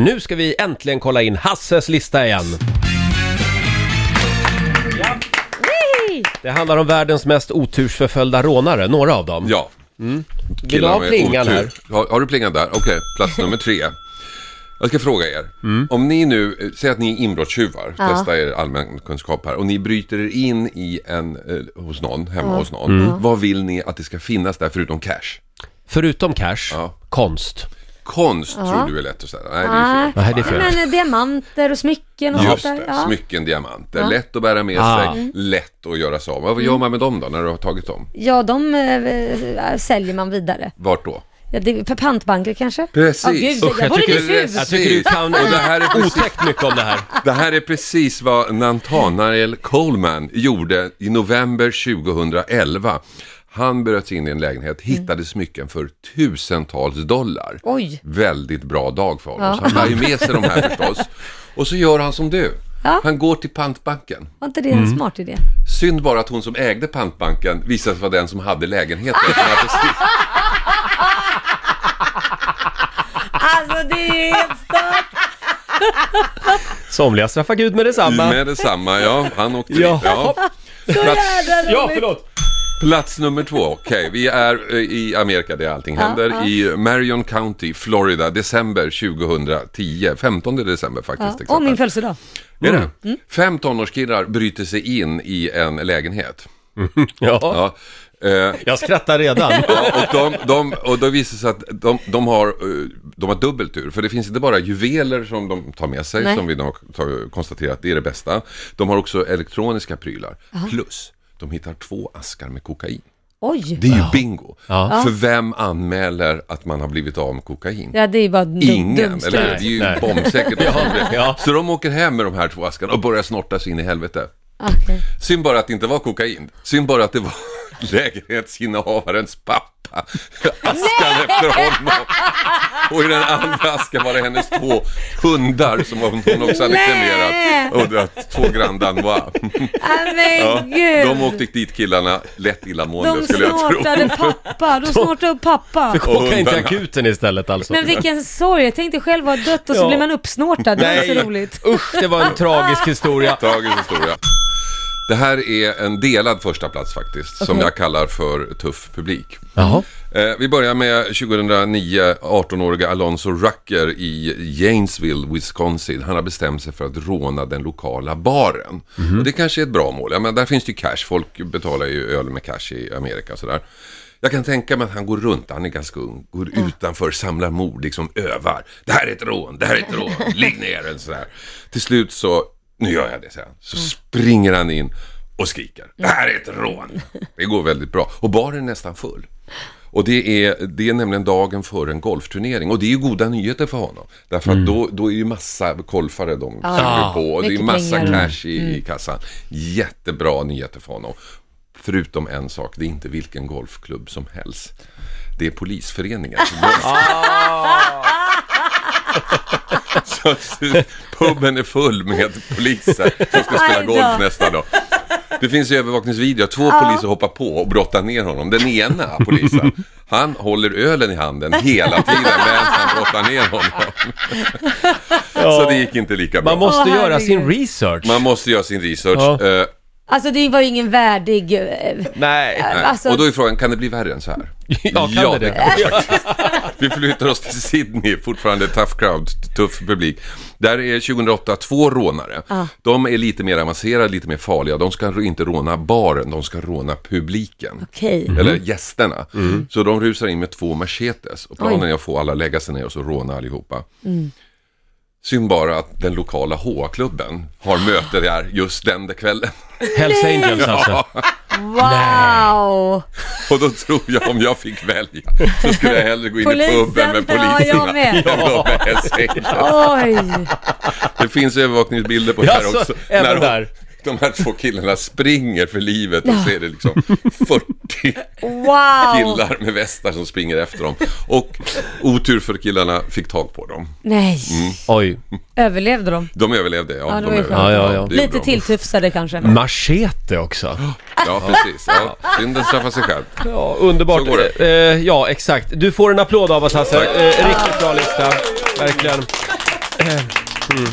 nu ska vi äntligen kolla in Hasses lista igen. Yay! Det handlar om världens mest otursförföljda rånare, några av dem. Ja. Vill du ha plingan här? Har, har du plingan där? Okej, plats nummer tre. Jag ska fråga er. Om ni nu, eh, säg att ni är inbrottstjuvar, Mm. Ja. testa er allmän kunskap här, och ni bryter er in i en, eh, hos någon, hemma hos någon. Mm. Vad vill ni att det ska finnas där förutom cash? Förutom cash, Ja. konst. Konst tror du är lätt att säga. Nej, det Nej, är ju fel. det är fel. Men eh, diamanter och smycken och sånt Just där. det, Ja. Mm. smycken, diamanter. Lätt att bära med Ah. sig, lätt att göra sig av. Vad gör man med dem då, när du har tagit dem? ja, de eh, säljer man vidare. Vart då? Ja, det, p- pantbanker kanske? Precis. Ja, gud, Usch, jag jag vore tycker- bli tjuv. Jag tycker du kan Och det här är precis- otäckt mycket om det här. Det här är precis vad Nathanael Coleman gjorde i november 2011. Han bröt sig in i en lägenhet, Mm. hittade smycken för tusentals dollar. Oj. Väldigt bra dag för honom, så han bär ju med sig de här förstås. Och så gör han som du. Ja. Han går till pantbanken. Var inte det Mm. en smart idé? Synd bara att hon som ägde pantbanken visade sig vara den som hade lägenheten. som hade precis- Alltså det är ju helt stört! Somliga straffar Gud med detsamma. Med detsamma, ja. Han åkte dit. Ja. Ja. Så Plats- jävla Ja, roligt! förlåt! Plats nummer två, okej. Vi är eh, i Amerika där allting händer. I Marion County, Florida, december 2010. 15 december faktiskt. Ja. exakt. Och min Mm. födelsedag. Är det? Fem tonårskillar bryter sig in i en lägenhet. Ja, Ja. Eh, jag skrattar redan. Ja, och, de, de, och då visar det sig att de, de, har, eh, de har dubbel tur. För det finns inte bara juveler som de tar med sig, Nej. som vi nu har ta- konstaterat, det är det bästa. De har också elektroniska prylar. Plus, de hittar två askar med kokain. Oj! Det är ju bingo. Ja. För vem anmäler att man har blivit av med kokain? Ja, det är ju bara dum, Ingen, dumstrut. eller hur? Det är ju Nej. bombsäkert. och sånt. Ja. Så de åker hem med de här två askarna och börjar snorta sig in i helvete. Okej. Synd bara att det inte var kokain. Synd bara att det var lägenhetsinnehavarens pappa. Askan efter honom. Och i den andra askan var det hennes två hundar som hon också hade Nej. kremerat. Och det var två Grand Danois. Nej men gud! De åkte dit killarna, lätt illamående De skulle jag tro. snortade pappa, de snortade upp pappa. Åka in till akuten istället alltså. Men vilken sorg, jag tänkte själv vara dött och så Ja. blir man uppsnortad, det var inte så roligt. usch det var en tragisk historia. Tragisk historia. Det här är en delad första plats faktiskt, som Okej. jag kallar för tuff publik. Jaha. Eh, vi börjar med 2009, 18-åriga Alonzo Rucker i Janesville, Wisconsin. Han har bestämt sig för att råna den lokala baren. Mhm. Och det kanske är ett bra mål. Ja, men där finns det ju cash. Folk betalar ju öl med cash i Amerika och sådär. Jag kan tänka mig att han går runt, han är ganska ung, går utanför, samlar mod, liksom övar. Det här är ett rån, det här är ett rån, ligg ner eller sådär. Till slut så, nu gör jag det sen, så springer han in och skriker. Det här är ett rån. Det går väldigt bra. Och baren är nästan full. Och det är, det är nämligen dagen före en golfturnering. Och det är ju goda nyheter för honom. Därför att då, då är ju massa golfare de Ja. ah, på. Och det är ju Mycket massa pengar. Mm. cash i, i kassan. Jättebra nyheter för honom. Förutom en sak, det är inte vilken golfklubb som helst. Det är polisföreningen. Ah. Ah! Så puben är full med poliser som ska spela Aj då. golf nästa dag. Det finns ju övervakningsvideo. Två poliser hoppar på och brottar ner honom. Den ena polisen, han håller ölen i handen hela tiden medan han brottar ner honom. Så det gick inte lika bra. Man Man måste, måste Åh, göra herregud. sin research. göra sin research. Ja. eh, Alltså det var ju ingen värdig... eh, Nej. nej. Alltså- Och då är frågan, kan det bli värre än så här? Ja, kan det det? Vi flyttar oss till Sydney, fortfarande tough crowd, tuff publik. Där är 2008 två rånare. Ah. De är lite mer avancerade, lite mer farliga. De ska inte råna baren, de ska råna publiken. Okej. Eller gästerna. Så de rusar in med två machetes. Och planen Mm. Oj. Mm. är att få alla lägga sig ner och så råna allihopa. Synd bara att den lokala HA-klubben har möte där just den där kvällen. Hells Angels alltså. Wow! Och då tror jag om jag fick välja så skulle jag hellre gå in i Polisen, puben med ja, jag poliserna. med. än då med Hells Angels. Oj! Det finns övervakningsbilder på det här Jaså, också. även när de, där? de här två killarna springer för livet och ser det liksom 40 Wow! killar med västar som springer efter dem. Och otur för killarna fick tag på dem. Nej, Oj. överlevde de? De Mm. överlevde, ja. Ja, det de var ju överlevde. skönt. Ja, ja, ja. det gjorde Lite de. tilltufsade kanske. Machete också. Ja, precis. Ja, synden straffar sig själv. Ja, underbart. Så går det. Eh, ja, exakt. Du får en applåd av oss Hasse. Eh, riktigt bra lista. Verkligen. eh, mm,